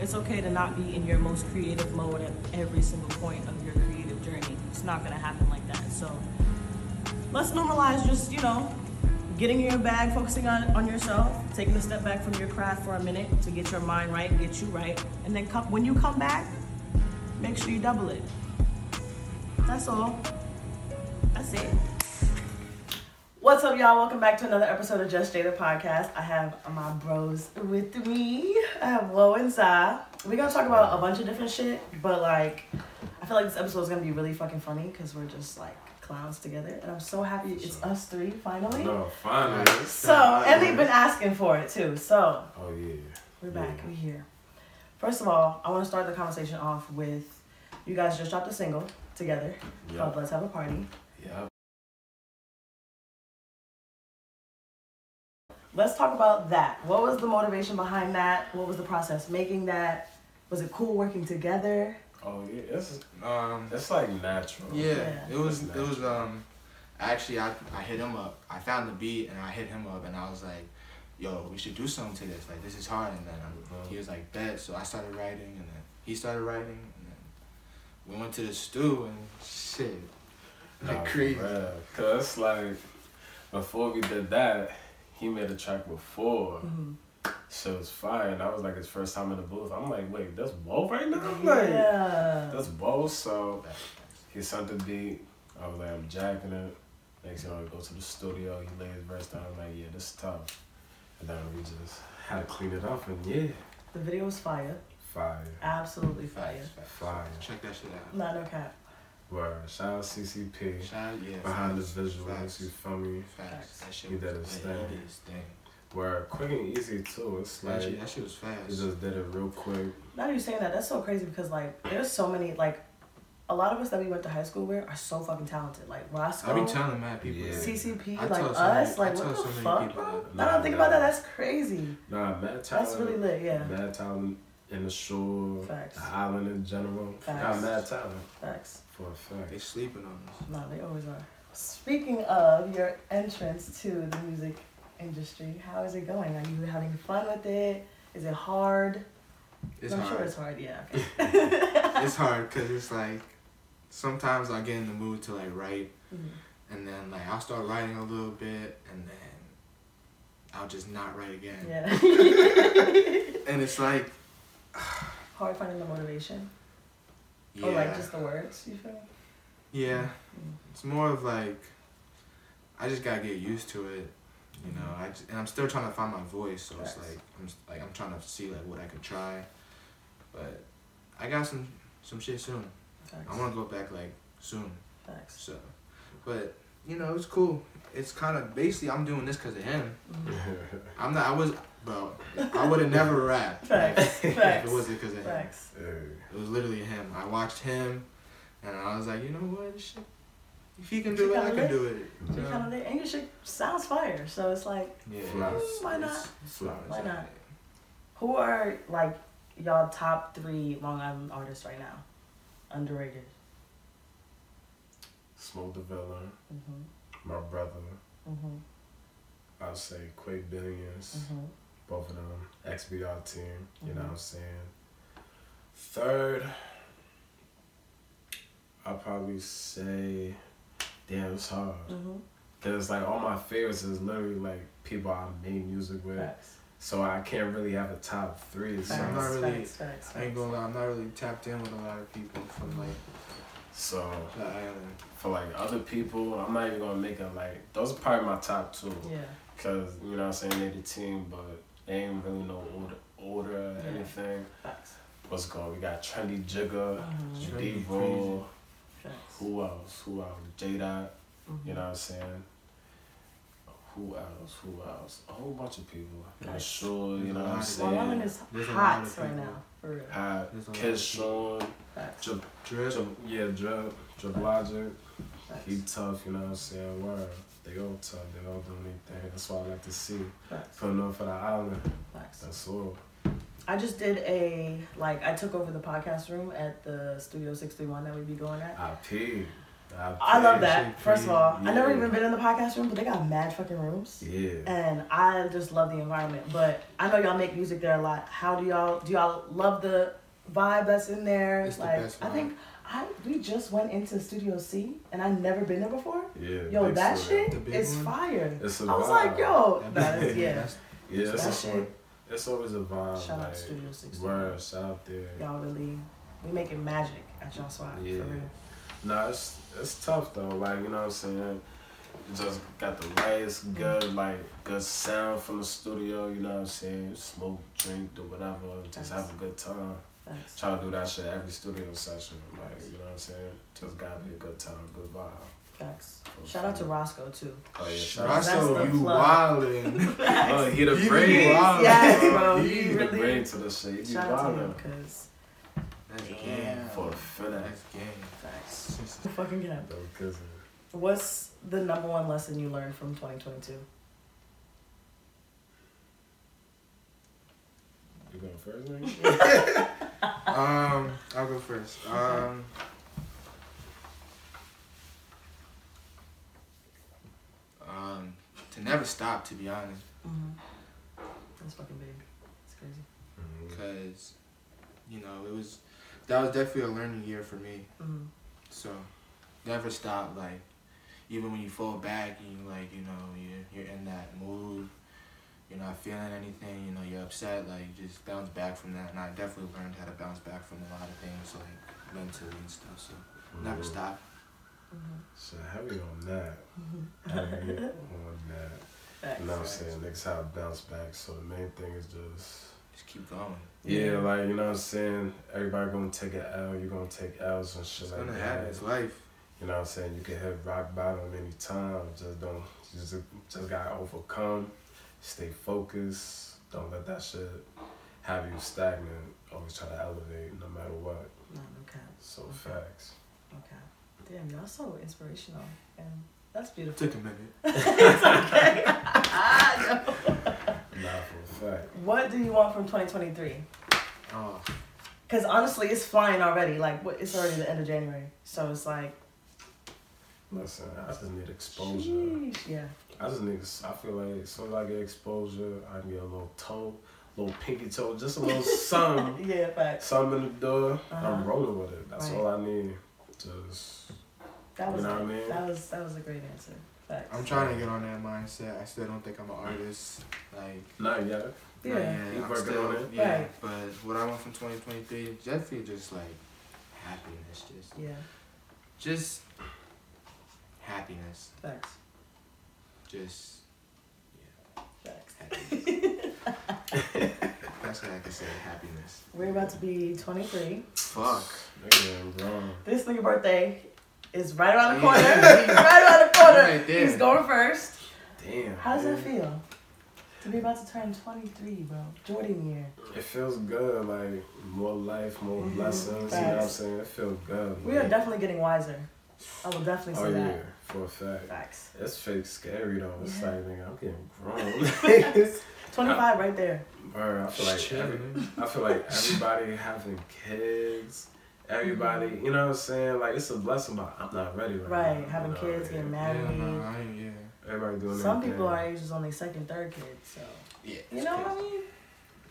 it's okay to not be in your most creative mode at every single point of your creative journey. It's not gonna happen like that. So let's normalize just, you know, getting in your bag, focusing on, on yourself, taking a step back from your craft for a minute to get your mind right, get you right. And then come, when you come back, make sure you double it. That's all. That's it. What's up, y'all? Welcome back to another episode of Just Jada Podcast. I have my bros with me. I have Lo and Zai. We're gonna talk about a bunch of different shit, but like, I feel like this episode is gonna be really fucking funny because we're just like clowns together, and I'm so happy it's us three finally. No, finally. So, and they've been asking for it too. So, Oh yeah. we're back. We're here. First of all, I want to start the conversation off with you guys just dropped a single together called Yep. "Let's Have a Party." Yep. Let's talk about that. What was the motivation behind that? What was the process making that? Was it cool working together? Oh yeah. It's Um, it's like natural. yeah, Yeah. it was it was um, actually I I hit him up. I found the beat and I hit him up and I was like, yo, we should do something to this. Like this is hard. And then um, he was like, bet. So I started writing and then he started writing and then we went to the stew and shit, like Nah, crazy. bruh. Cause it's like before we did that, he made a track before. Mhm. So it's fire. And that was like his first time in the booth. I'm like, wait, that's Bo right now? I'm like, yeah. that's Bo. So he sent the beat. I was like, I'm jacking it. Next thing I go to the studio, he laid his verse down. I'm like, yeah, this is tough. And then we just had to clean it up and yeah. The video was fire. Fire. Absolutely fire. Facts, facts. Fire. Check that shit out. Not no cap. Word. Shout out CCP. Shout out, yeah. Behind the facts, visuals, facts, you feel me? Facts. That shit He was did his like, thing. he did his thing. Where quick and easy too. It's That like shit- he That shit was fast. just did it real quick. Now that you're saying that, that's so crazy because like there's so many like a lot of us that we went to high school with are so fucking talented. Like Roscoe, I be telling mad people. Yeah. that. CCP, I like tell so us. many- I like tell what the so many fuck, people bro? that. I don't Nah, think about nah. that. That's crazy. Nah, mad talent. That's really lit. Yeah. Mad talent in the shore, Facts. the island in general. Facts. Nah, mad talent Facts. for a They fact. sleeping on us. No, they always are. Speaking of your entrance to the music industry, how is it going? Are you having fun with it? Is it hard? It's I'm hard. sure it's hard. Yeah. Okay. it's hard because it's like sometimes I get in the mood to like write, Mhm. and then like I'll start writing a little bit, and then I'll just not write again. yeah. And it's like hard finding the motivation yeah, or like just the words. You feel? yeah. Mm. It's more of like I just gotta get used to it, you know. I j- and I'm still trying to find my voice, so it's Facts. like I'm s- like I'm trying to see like what I could try, but I got some some shit soon. Facts. I want to go back like soon. Mm-hmm. Facts. So, but you know, it's cool. It's kind of basically I'm doing this because of him. Mhm. I'm not. I was, bro. I would have never rapped like, Facts. if it Facts. wasn't because of him. Facts. Yeah. It was literally him. I watched him, and I was like, you know what? Shit. If he can She do it, got I lit. can do it. You You kind know? of lit, and your shit sounds fire. So it's like, Yeah. Nice. why not? It's- it's flowers. Why not? who are like y'all top three Long Island artists right now? Underrated. Smoke the villain, Mhm. Mm-hmm. my brother. Mhm. I'll say Quake Billions. Mhm. Mm-hmm. Both of them. XBR team. You Mm-hmm. know what I'm saying? Third, I'll probably say, damn, it's hard. Mhm. Cause like all my favorites is literally like people I made music with, Facts. so I can't really have a top three. So, Facts. not really- facts, facts, I ain't gonna lie. I'm not really tapped in with a lot of people from like so the island. for like other people, I'm not even gonna make it like those are probably my top two. Yeah, Cause you know what I'm saying they the team, but they ain't really no order, order or Yeah. anything. facts. What's going? We got Trendy Jigga, Mhm. D Trendy Roll. Facts. Who else? Who else? J Dot. Mhm. You know what I'm saying? Who else? Who else? A whole bunch of people. Nice. Sure, you know what I'm Nice. saying? Long Island is There's a lot hot of right people. now, for real. Hot. There's a lot Kid of Sean. Facts. Drip, Drip. drip, yeah, drip, drip logic. Facts. He tough, you know what I'm saying? Word. They all tough, they all do anything. That's what I like to see. Facts. Putting on for the island, Facts. that's all. I just did a like I took over the podcast room at the Studio Six Three One that we'd be going at, IP. I love that. First of all, I never even been in the podcast room, but they got mad fucking rooms. Yeah. And I just love the environment. But I know y'all make music there a lot. How do y'all do y'all love the vibe that's in there? It's the like best I vibe. think I we just went into Studio C and I've never been there before. Yeah. Yo, big that store. shit The big is one? fire. It's a I was vibe. like, yo, That that big is, one, yeah. that's- Yeah, it's, that a, shit. it's always a vibe. Shout out like, to Studio 60. word, shout out there. Y'all really we making magic at y'all spot Yeah. for real. Nah, it's it's tough though. Like you know what I'm saying. You just got the lights, Mm-hmm. good like good sound from the studio. You know what I'm saying. Smoke, drink, do whatever. Just have a good time. Thanks. Try to do that shit every studio session. Like you know what I'm saying. Just gotta be a good time, good vibe. Thanks. Shout out to Roscoe too. Oh yeah, shout out. Roscoe, the you plug. wildin'. Oh, he the You be brain. wild. Yes, bro. He, He the really- brain to the shit. He be Shout out to him wildin'. because That's Yeah, game. for a fella. That's game. thanks. Fucking get him. Yo, cousin. What's the number one lesson you learned from 2022? You going first, man? Um, I'll go first. Um, um, to never stop, to be honest, Mm-hmm. That's fucking big. It's crazy. because you know it was that was definitely a learning year for me. Mm-hmm. So never stop. Like even when you fall back and you like you know you're you're in that mood, you're not feeling anything. You know you're upset. Like just bounce back from that. And I definitely learned how to bounce back from a lot of things like mentally and stuff. So never stop. Mm-hmm. So heavy on that. Mm-hmm. Heavy on that. You know what I'm saying? Next how I bounce back. So the main thing is just Just keep going. Yeah, like you know what I'm saying? Everybody gonna take an L, you gonna take L's and shit It's like gonna happen. that. It's life. You know what I'm saying? You can hit rock bottom anytime. Just don't you just just gotta overcome. Stay focused. Don't let that shit have you stagnant. Always try to elevate no matter what. No, no cap. So facts. No cap. Damn, y'all so inspirational. And that's beautiful. Took a minute. it's okay. I know. Not for a fact. Ah, What do you want from 2023? Oh, Because honestly, it's flying already. Like, what? it's already the end of January. So it's like, Listen, I just need exposure. sheesh. Yeah. I just niggas, I feel like as soon as I get exposure, I can get a little toe, little pinky toe, just a little something, Yeah, but something in the door. Uh-huh. I'm rolling with it. That's Right. all I need. Just that was, You know good. what I mean? that was, that was a great answer. Facts. I'm trying to get on that mindset. I still don't think I'm an artist. Like not yet. Yeah. Not yet. You I'm working still, on it? Yeah, Right. but what I want from 2023 is definitely just like happiness, just Yeah, just happiness, facts. just Facts. happiness. That's what I can say. Happiness. We're about to be 23. Fuck. Nigga, I'm grown. This nigga birthday is right around the corner. Yeah. He's right around the corner. Right there. He's going first. Damn. How does that man. feel? To be about to turn 23, bro. Jordan year. It feels good. Like more life, more Mhm. blessings. You know what I'm Facts. saying? It feels good. We are like- definitely getting wiser. I will definitely say Oh yeah, that. for a fact. Facts. That's fake scary though. It's Yeah. like nigga, I'm getting grown. 25 right there. Bro, I feel like every, I feel like everybody having kids, everybody, you know what I'm saying? Like it's a blessing, but I'm not ready right, Mm-hmm. Right. now, Having you know, kids, yeah. getting Yeah, married. no, I ain't- yeah. Everybody doing Some their people thing. our age is on their second, third kid, so. Yeah. You know what I mean?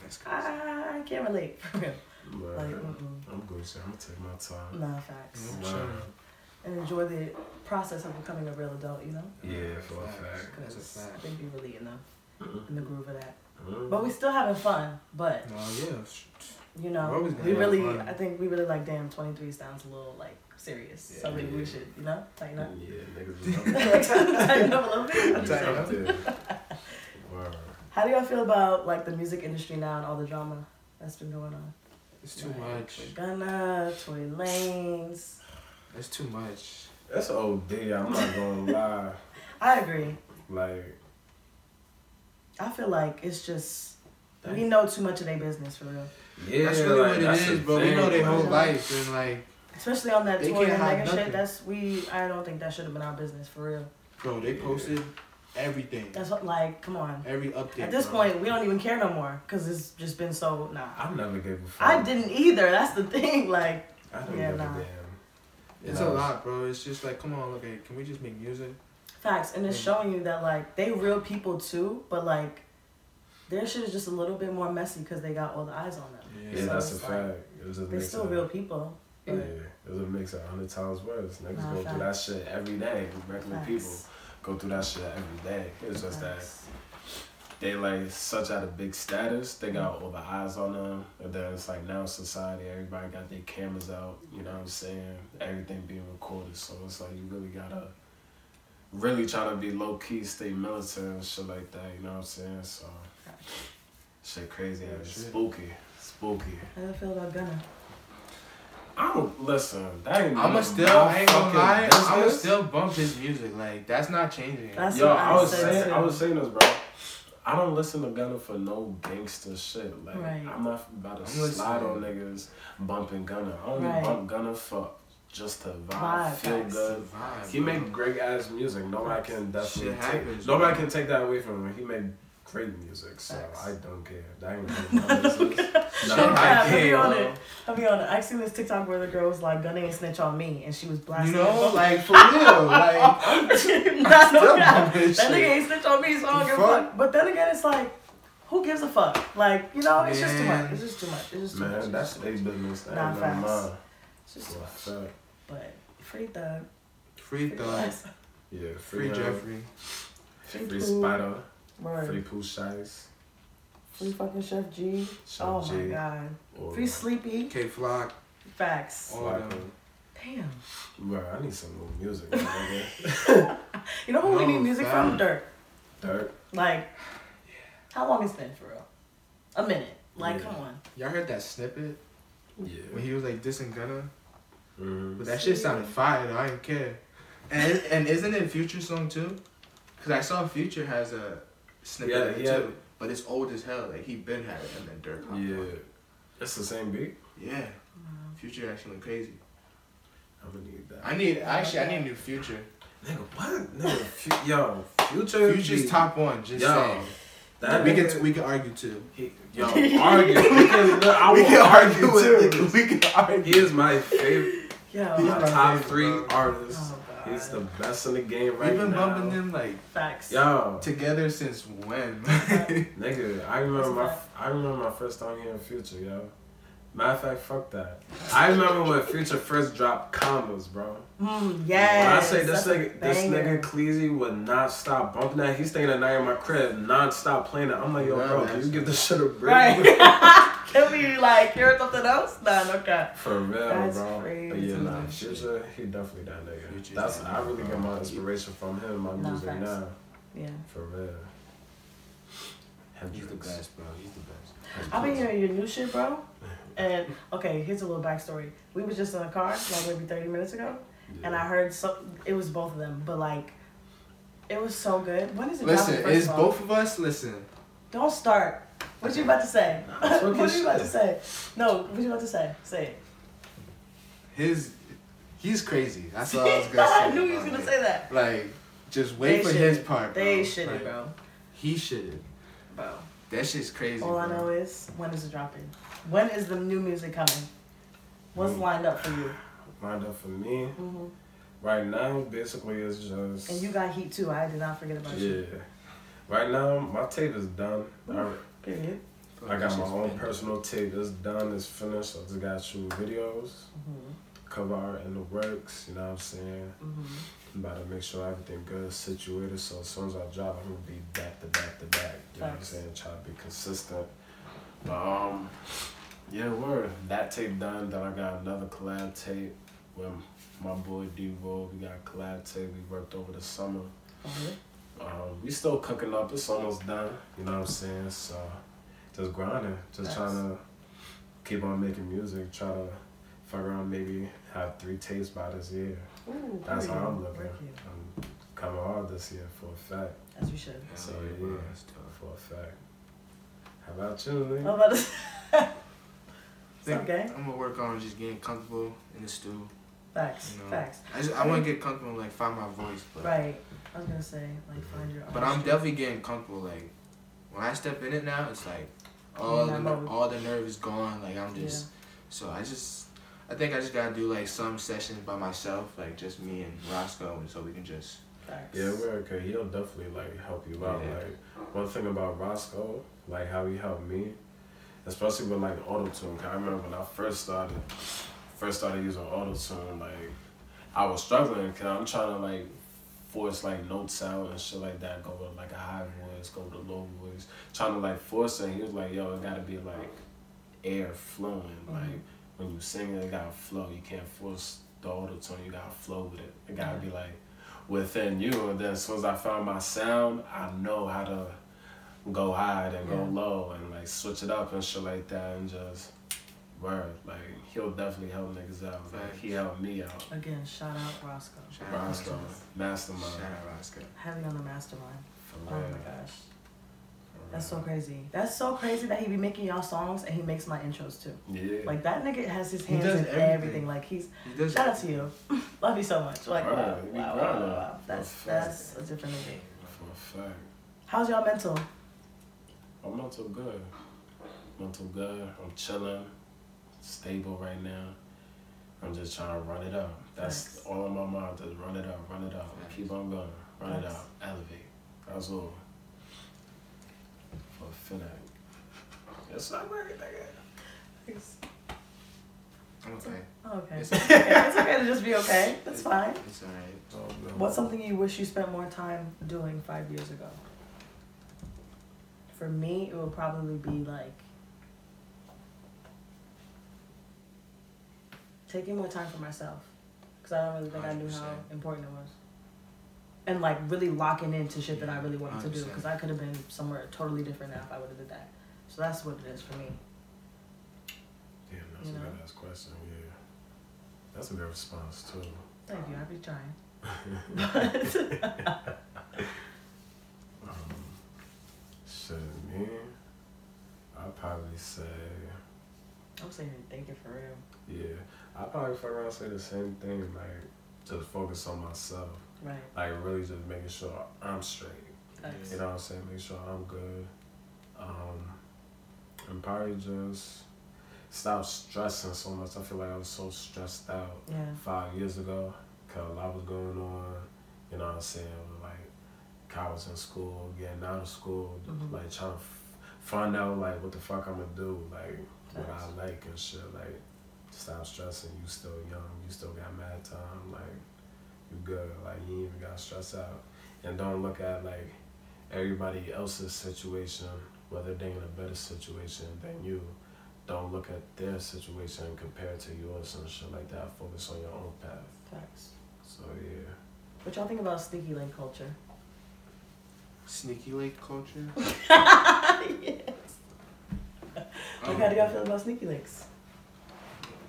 That's crazy. I, I can't relate. For real. But Like, Mm-hmm. mm-mm. I'm going to say I'm gonna take my time. Nah, facts. Mm. Wow. Sure. And enjoy the process of becoming a real adult, you know? Yeah, for a Facts. fact. That's a Because I fact. think we really in the, Mhm. in the groove of that. Mhm. But Mm-hmm. we still having fun. But No, yeah. you We're know, always gonna we have really, fun. I think we really like. Damn, twenty three sounds a little like serious. so Yeah. maybe we should, you know, tighten up. Yeah, niggas is tighten up a little bit. I'm up just there. saying. Up there. Word. How do y'all feel about like the music industry now and all the drama that's been going on? It's too Like, much. With Gunna, Tory Lanes. It's too much. That's OD, I'm not gonna lie. I agree. Like, I feel like it's just Dang. we know too much of their business for real, yeah, that's really like, what that's it is, the bro. We thing, know their like, whole Yeah. life and like, especially on that They Tory and can't hide Megan shit. nothing. That's we. I don't think that should have been our business for real. bro, they Yeah. posted everything, That's what, like, come on. every update. At this bro. point, we don't even care no more because it's just been so nah. I never gave a fuck. I didn't either. That's the thing. Like, I don't Yeah, give a nah. damn. It's No. a lot, bro. It's just like, come on, okay, can we just make music? Facts, and it's showing you that like they real people too, but like their shit is just a little bit more messy because they got all the eyes on them. Yeah, So that's a it's like- fact. It was a They're mix still of, real people. Yeah, but- it was a mix of hundred times worse. Niggas Nah, go through that shit every day. Regular Facts. people go through that shit every day. It's just that Facts. they like such at a big status. They Mm-hmm. got all the eyes on them. And then it's like now society, everybody got their cameras out. You know what I'm saying? Everything being recorded. So it's like you really gotta really try to be low key, stay militant and shit like that. You know what I'm saying? So shit crazy. Yeah, and shit. Spooky. Spooky. How do you feel about Gunna? I don't listen. That ain't I'ma my still, I ain't gonna fucking lie, I'ma business. still bump his music. Like that's not changing. That's Yo, what I was said saying, too. I was saying this, bro. I don't listen to Gunna for no gangster shit. Like Right. I'm not about to I'm listening. slide on niggas bumping Gunna. I only Right. bump Gunna for just to vibe, Vibe, feel facts. good. He make great ass music. Nobody can definitely Shit take, happens, nobody bro. can take that away from him. He made great music, so Facts. I don't care. That ain't my business. Shit Nah, Yeah, let me happens, on bro. it. I'll be honest. I seen this TikTok where the girl was like, "Gunna ain't snitch on me," and she was You blasting. know, like for real, like Nah, no still cap. bumping That nigga shit. ain't snitch on me, so I don't give a Fuck. fuck. But then again, it's like, who gives a fuck? Like, you know, it's just too Man. much. It's just too much. It's just too much. Man, that's It's just they business. That Nah, ain't none of facts. mine. it's just too Well, much. fuck. But free thug. free thug, Yeah, free, free Jeffrey. Free, Free Pooh. Spider, free Word. Pooh Shice, Free fucking Chef G. Chef Oh G, my god. or- Free Sleepy. K Flock, Facts. all of Slacker. them. Damn. Bro, I need some new music. nigga. You know who we No, need music from? fam. Dirt. Dirt. Like, how long it's been for real? A minute. Like, Yeah. come on. Y'all heard that snippet when Yeah. he was like dissing Gunna? Mhm. But that shit sounded fire. Though. I didn't care. And and isn't it Future song too? Cause I saw Future has a snippet Yeah, of it yeah. too. But it's old as hell. Like he been had it and then Dirk. hopped on. Yeah. That's the same beat. Yeah. Future actually went crazy. I'm gonna need that. I need actually I need new Future. Nigga, what? Nigga, fu- yo, future. Future's be- top one. Just Yo, saying. That we nigga, can we can argue too. he, yo, argue. we can, I we will can argue, argue with too. niggas. We can argue. He is my favorite, Yo. Yeah. my my top favorite, three bro. artists. Oh god. He's the best in the game right We've been now. bumping them like Facts. Yo, together since when? Nigga, I remember my I remember my first time hearing Future, yo. Matter of fact, fuck that. I remember when Future first dropped commas, bro. Mm, When I yes. say this that's a nigga, this banger. nigga Cleasy would not stop bumping that. He's staying at night in my crib, non-stop playing it. I'm like, yo, Nah, bro, can that's- you give this shit a break? Right. Can we like hear something else? Nah, no cap. For real, That's bro. crazy. But yeah, nah, Future, he definitely that nigga. Future's That's that I nigga, really bro. get my inspiration from him, my Nah, music facts. now. Yeah. For real. He's the Hendrix. best, bro. He's the best. I've been hearing your new shit, bro. And okay, here's a little backstory. We was just in a car like maybe 30 minutes ago, and I heard so it was both of them, but like it was so good. When is it? dropping, Listen, first it's of all? both of us. Listen, Don't start. What you about to say? Nah, it's what fucking you about to shit. say? No, what you about to say? Say it. his he's crazy. That's all I was gonna say. I knew you was about gonna it. say that. Like, just wait They for shitted. his part. Bro. They shitty, Like, bro. He shitted. Bro. That shit's crazy. All I bro. know is when is it dropping? When is the new music coming? What's Mm. lined up for you? Lined up for me. hmm Right now, basically, it's just. And you got heat too. I did not forget about yeah. you. Right now, my tape is done. I, Period. Fuck, I that got my shit's own been- personal tape. It's done. It's finished. I just got shoot videos, Mm-hmm. cover art in the works. You know what I'm saying? Mm-hmm. I'm about to make sure everything good, situated. So as soon as I drop, I'm gonna be back to back to back. You know what I'm Facts. saying? Try to be consistent. But um, yeah, word. That tape done. Then I got another collab tape with my boy D Vogue. We got a collab tape we worked over the summer. Um, we still cooking up. It's almost done. You know what I'm saying? So just grinding, just Nice. trying to keep on making music. Try to figure out maybe have three tapes by this year. Ooh, That's period. how I'm looking. Thank you. I'm coming hard this year for a fact. As you should. Hell So, yeah, bro, yeah. that's tough. For a fact. How about you, Lee? I'm Oh, about to say. It's Think- okay. I'm gonna work on just getting comfortable in the stew. Facts. You know. Facts. I just I want to get comfortable, and, like find my voice. But, Right. I was gonna say like Mm-hmm. find your. But own I'm shit. definitely getting comfortable. Like when I step in it now, it's like all Yeah, the, I know. all the nerve is gone. Like I'm just so I just I think I just gotta do like some sessions by myself, like just me and Roscoe, and so we can just Facts. Yeah, we're okay. He'll definitely like help you out. Yeah. Like one thing about Roscoe, like how he helped me, especially with like auto tune. I remember when I first started, first started using auto tune. Like I was struggling because I'm trying to like force like notes out and shit like that. Go with like a high voice, go with a low voice. Trying to like force it. He was like, "Yo, it gotta be like air flowing. Like when you sing it, it gotta flow. You can't force the auto tune. You gotta flow with it. It gotta be like." within you. And then as soon as I found my sound, I know how to go high and go Yeah. low and like switch it up and shit like that and just word. Like he'll definitely help niggas out. Like he helped me out. Again, shout out Roscoe. shout out Roscoe. Roscoe, mastermind. Shout out Roscoe. Heavy on the mastermind. For Oh my real. gosh. For That's so real. crazy. That's so crazy that he be making y'all songs and he makes my intros too. Yeah. Like that nigga has his He hands in does everything. everything. Like he's He does. shout out to you. Love you so much. Like Word, wow, we wow, wow, grown wow, up. wow. That's that's a different nigga. for a fact. How's y'all mental? I'm mental good. Mental good. I'm chilling. Stable right now. I'm just trying to run it up. That's Facts. all in my mind. Just run it up, run it up. Facts. Keep on going. Run it Facts. up. Elevate. That's all. For finite. It's not working, nigga. It's- I'm okay. oh, okay. It's It's okay. It's okay to just be okay. That's fine. It's alright. Oh, no. What's something you wish you spent more time doing five years ago? For me, it would probably be like taking more time for myself because I don't really think I knew how 100%. important it was. And like really locking into shit that I really wanted to do 100%. because I could have been somewhere totally different now if I would have did that. So that's what it is for me. Damn, that's you a know? good ass question. Yeah. That's a good response, too. Thank you. I'd be trying. But Um, shit, me. I'd probably say. I'm sitting here thinking for real. Yeah, I probably fuck around and say the same thing. Like, just focus on myself. Right. Like, really just making sure I'm straight. Facts. You know what I'm saying? Make sure I'm good. Um, and probably just stop stressing so much. I feel like I was so stressed out Yeah. five years ago because a lot was going on. You know what I'm saying? Like, I was in school, getting out of school, Mhm. like trying to f- find out like what the fuck I'm gonna do, like what Facts. I like and shit. Like, stop stressing. You still young. You still got mad time. Like, you good. Like, you ain't even got stress out. And don't look at like everybody else's situation, whether they in a better situation than you don't look at their situation compared to yours and shit like that. Focus on your own path. Facts. So yeah, What y'all think about sneaky link culture? Sneaky lake culture. Like, Um, how do y'all feel about sneaky links?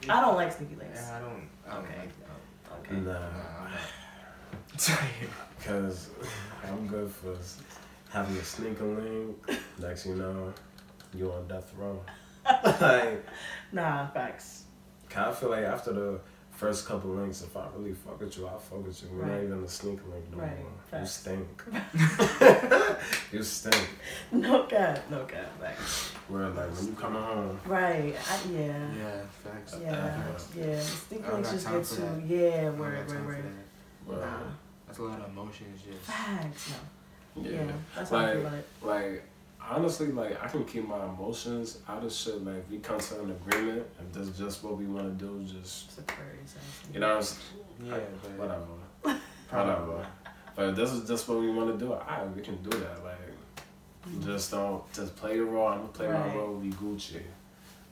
I don't like sneaky links. Yeah, I don't. I don't Okay. like Okay. that. nah, Nah, I'm not- cause I'm good for s- having a sneaker link. Next, you know, you on death row. like, Nah, facts. kind of feel like after the first couple links, if I really fuck with you, I fuck with you. We're Right. not even a sneaker link no Right. more. You Facts. stink. you stink. No cap. No cap. Facts. Where like when you coming home, Right. I, yeah. yeah, facts. Yeah. Yeah. I Sneaky don't links got just time get for too. that. Yeah. I don't Word. Word. got time for Word. that. well, Nah. That's a lot of emotions, just. Facts. No. Yeah. yeah. That's how I feel Like- about it. Like honestly, like I can keep my emotions out of shit. Like we come to an agreement, if that's just what we want to do, just It's a Aquarius. I you know, what I'm s- Yeah, but whatever, whatever. But if this is just what we want to do, I we can do that. Like think. just don't just play your role. I'm gonna play Right. my role. We Gucci.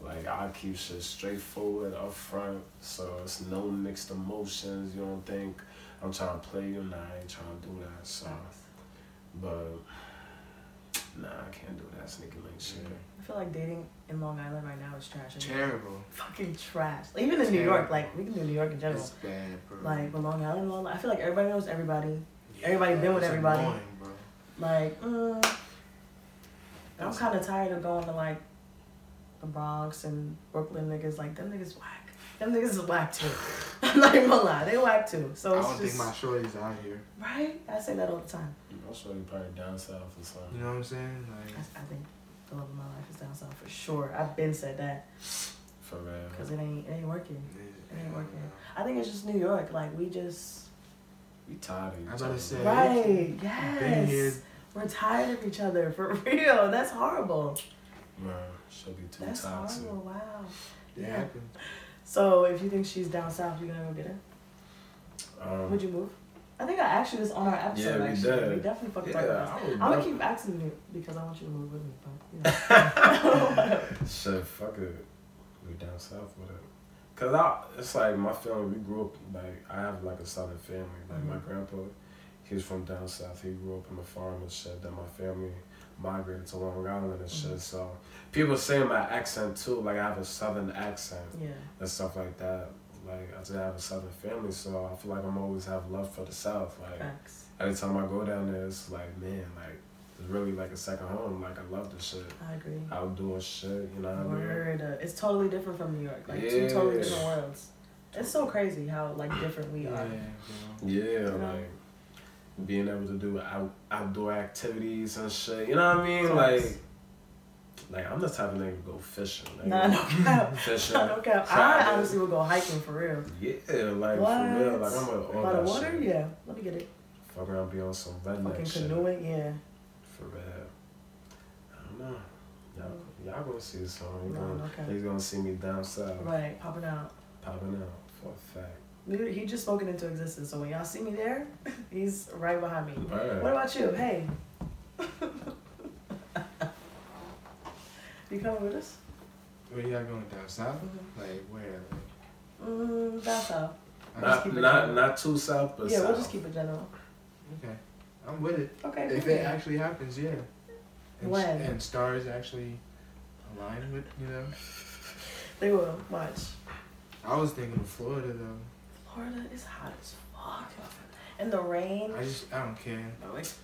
Like I keep shit straightforward up front, so it's no mixed emotions. You don't think I'm trying to play you, nah, I ain't trying to do that. So, Facts. but nah, I can't do that sneaky link shit. I feel like dating in Long Island right now is trash. anyway. Terrible. Fucking trash. Like, even in New York, like we can do New York in general. It's bad, bro. Like, but Long Island, Long I feel like everybody knows everybody. Yeah, everybody bro, been with it's everybody. Annoying, bro. Like, mm, I'm That's- kind of tired of going to like the Bronx and Brooklyn niggas. Like, them niggas whack. Them niggas is whack too. I'm not even gonna lie, they whack too. I So it's don't just think my shorty's out here. right. I say that all the time. I'm sure you probably down south or You something. know what I'm saying? I, Like, I think the love of my life is down south for sure. I've been said that, For real. because it ain't it ain't working. It ain't working. I think it's just New York. Like we just We tired of you. I was about to say. right. Been here. Yes. We're tired of each other for real. That's horrible. Man, she'll be too That's toxic. horrible. Wow. It happened. So if you think she's down south, you gonna go get her? Um, Would you move? I think I asked you this on our episode. Yeah, we actually. did. We definitely fucking talked about yeah, I would this. I'm gonna love- keep asking you because I want you to move with me, but you know. Shit, fuck it. We down south with it. Cause I, it's like my family. We grew up like I have like a southern family. Like my Mhm. grandpa, he was from down south. He grew up on the farm and shit. Then my family migrated to Long Island and shit. So people say my accent too. Like I have a southern accent yeah. and stuff like that. Like I just have a southern family, so I feel like I'm always have love for the south. Like Facts. every time I go down there, it's like man, like it's really like a second home. Like I love this shit. I agree. Outdoor shit, you know what I mean? Word. uh, It's totally different from New York. Like two totally Um, Yeah. different worlds. It's so crazy how like different we Yeah, are. you Yeah, know? like being able to do out, outdoor activities and shit. You know what I mean? Like, Facts. like I'm the type of nigga to go fishing. Like, Nah, no cap. Fishing. No cap. I Friday. honestly would go hiking for real. Yeah, like What? for real. Like I'm with all By the that water, shit. yeah. Let me get it. Fuck around, be on some Fucking redneck shit. canoeing, yeah. For real. I don't know. Y'all, y'all gonna see this song. Oh, You No, gonna, no cap. He's gonna see me down south Right, popping out. popping out for a fact. Dude, He just spoken into existence. So when y'all see me there, he's right behind me. Word. What about you? Hey. you coming with us? Where y'all going down south? Mhm. Like where? Mm, that's how. Like, I'm Nah. just, Not, keep it not, going. not too south, but Yeah, south. we'll just keep it general. okay. I'm with it. Okay. If cool. it actually happens, yeah. And, When? and stars actually align with you know. They will. Watch. I was thinking of Florida though. Florida is hot as fuck. And the rain. I just I don't care. It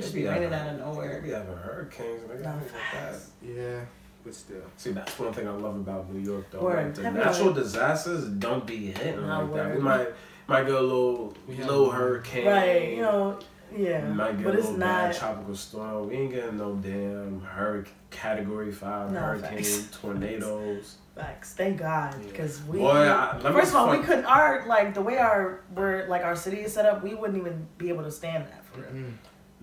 just be raining out of nowhere. We having hurricanes, nigga. Nah, Like that. facts. Yeah, but still. See, that's one thing I love about New York, though. Word. Like, the Have you natural ever- disasters don't be hitting Nah, like that. We word. might might get a little We have- little hurricane. Right. You know. Yeah. might get But a it's little bad not. tropical storm. We ain't getting no damn hurricane category five Nah, hurricane facts. tornadoes. Facts. Thank God. Because we. Boy, I, let me First of all, we fuck- couldn't. Our like the way our we're like our city is set up, we wouldn't even be able to stand that for real. Mhm.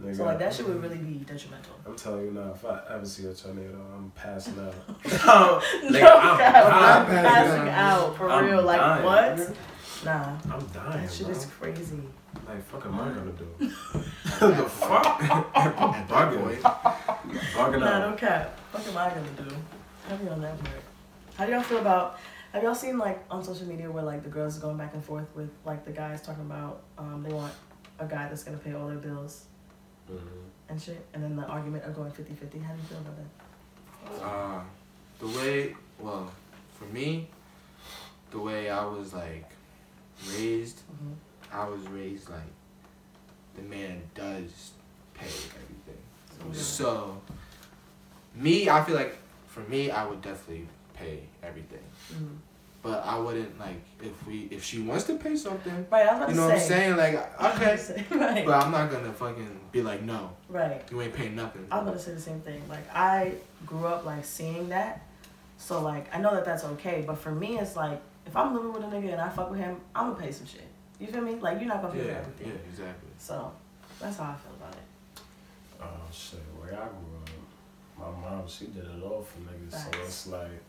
Nigga, So like that shit would really be detrimental. I'm telling you now, if I ever see a tornado, I'm passing out. no, Nigga, God, I'm I'm dying. passing out for I'm real. Like dying. what? Nah, I'm dying. that shit bro. is crazy. Like, fuck am I gonna do? the fuck? At that Bugging. point, Bugging Nah, out. no cap. What am I gonna do? Heavy on that part. How do y'all feel about? Have y'all seen like on social media where like the girls are going back and forth with like the guys talking about um they want a guy that's gonna pay all their bills Mhm. and shit, and then the argument of going 50-50. How do you feel about that? uh, the way well, for me, the way I was like raised, Mhm. I was raised like the man does pay everything. So, me, I feel like for me, I would definitely pay everything. Mhm. But I wouldn't like if we if she wants to pay something. Right, I was about You to know what I'm say. saying? Like okay, right. but I'm not gonna fucking be like no, right. you ain't paying nothing. I'm gonna say the same thing. Like I grew up like seeing that, so like I know that that's okay. But for me, it's like if I'm living with a nigga and I fuck with him, I'm gonna pay some shit. You feel me? Like you're not gonna pay for yeah, everything. yeah, exactly. So that's how I feel about it. Oh shit, where I grew up, my mom she did it all for niggas, so Facts. it's like,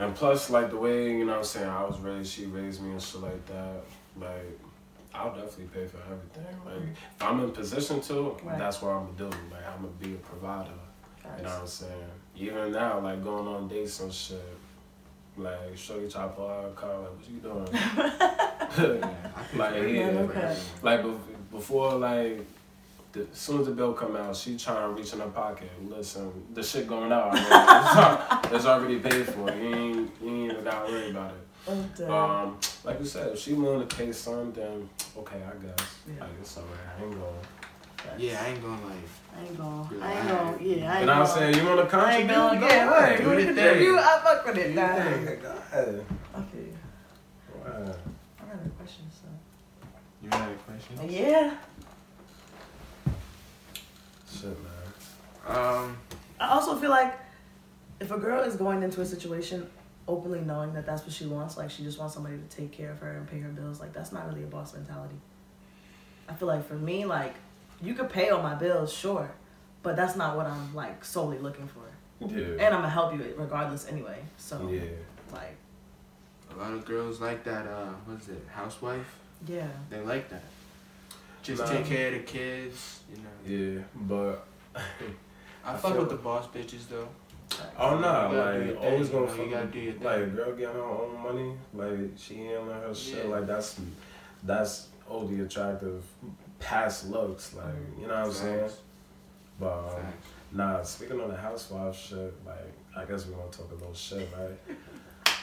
and plus like the way you know what I'm saying I was raised, she raised me and shit like that. Like I'll definitely pay for everything. Like if I'm in position to, Mm-hmm. Right. that's what I'm gonna do. Like I'm gonna be a provider. You know what Facts. I'm saying? Even now, like going on dates and shit. Like, show your top off, call, like, what you doing? Yeah, I pay Like, for everything. yeah. Okay. Like bef- before, like the, as soon as the bill come out, she trying to reach in her pocket. Listen, the shit going out. already. It's already paid for. You ain't, you ain't even gotta worry about it. Oh, damn. Um, like you said, if she willing to pay some, then okay, I guess. Yeah. Like it's alright. I ain't going. Facts. Yeah, I ain't gonna like. I ain't gonna. Yeah, I ain't I- gonna. Yeah, I You ain't know gonna. what I'm saying? You want to I ain't contribute? gonna. Go Yeah, ahead. right. You Do wanna your contribute? thing. I fuck with Do it. your Nah. thing. Go ahead. I feel you. Wow. I got a question. So. You have a question? Oh, Yeah. Shit, man. Um, I also feel like if a girl is going into a situation openly knowing that that's what she wants, like she just wants somebody to take care of her and pay her bills, like that's not really a boss mentality. I feel like for me, like you could pay all my bills, sure, but that's not what I'm like solely looking for. Yeah. And I'm gonna help you regardless anyway. So Yeah. like A lot of girls like that. Uh, what is it? Housewife. yeah. They like that. Just Nah. take care of the kids. You know. Yeah. But I, I fuck feel- with the boss bitches though. Like, oh no, you gotta do your like thing, always gonna you know, you fucking- gotta do your thing. like a girl getting her own money, like she handling her shit, Yeah. like that's that's only attractive past looks, like you know what I'm saying. Facts, But um, facts. Nah, speaking on the housewife shit, like I guess we gonna talk a little shit, right?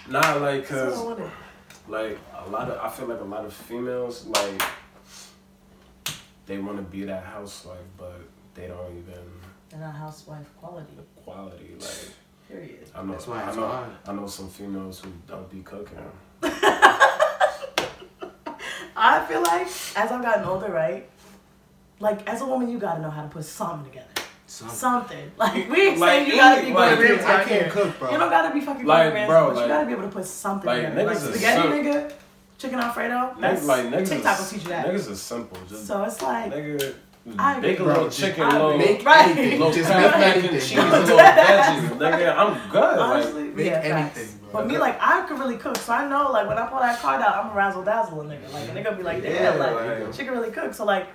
nah, like, That's what I cause wanted. like a lot of I feel like a lot of females like they want to be that housewife, but they don't even And a housewife quality. quality. Like Period. I know, That's why I it's know, hard. I know some females who don't be cooking. I feel like as I've gotten older, right? Like as a woman, you gotta know how to put something together. Some- Something. Like we ain't Like, saying you gotta eat, be like, good eat, ribs I out can't here. cook, bro. You don't gotta be fucking Like, like, good bro, bro, but like- you gotta be able to put something like, together. Like niggas is spaghetti, so- nigga, chicken alfredo. Niggas, That's, like niggas, TikTok will is, teach you that. niggas is simple. Just so it's like nigga, I bake a agree. little Bro, chicken, I little agree. little Make Right. anything. mac Just make and cheese, anything. bro. little veggies, nigga. I'm good. like, honestly, make yeah, anything, facts. bro. But me, like I could really cook, so I know like when I pull that card out, I'm razzle dazzle a nigga. Like and they gonna be like, Yeah, yeah, like like- she can really cook. So like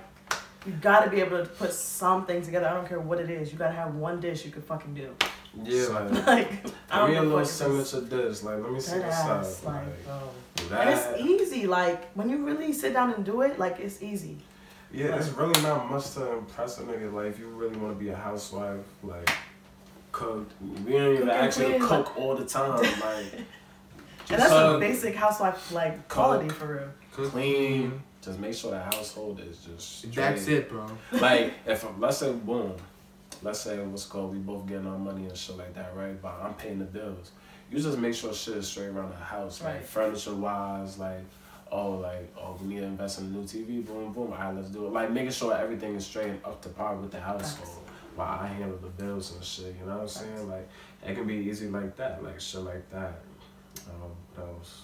you gotta be able to put something together. I don't care what it is. You gotta have one dish you could fucking do. yeah, Like like, I Give don't me a give little a fuck. if it's signature dish. Like, let me see Dead the ass, side. like, oh, Like, bro. that. And it's easy, like when you really sit down and do it, like it's easy. yeah, it's really not much to impress a nigga. Like, if you really want to be a housewife, like, cook. We ain't even Cook and actually clean, cook all the time. Like, And that's So- a basic housewife like quality for real. clean. Just make sure the household is just. That's straight. it, bro. Like, if let's say boom, let's say what's called we both getting our money and shit like that, right? But I'm paying the bills. You just make sure shit is straight around the house, like Right. furniture wise, like oh, like oh, we need to invest in a new TV. Boom, boom. All right, let's do it. Like making sure everything is straight and up to par with the household. While I handle the bills and shit, you know what I'm saying? Like it can be easy like that, like shit like that. Um, what else?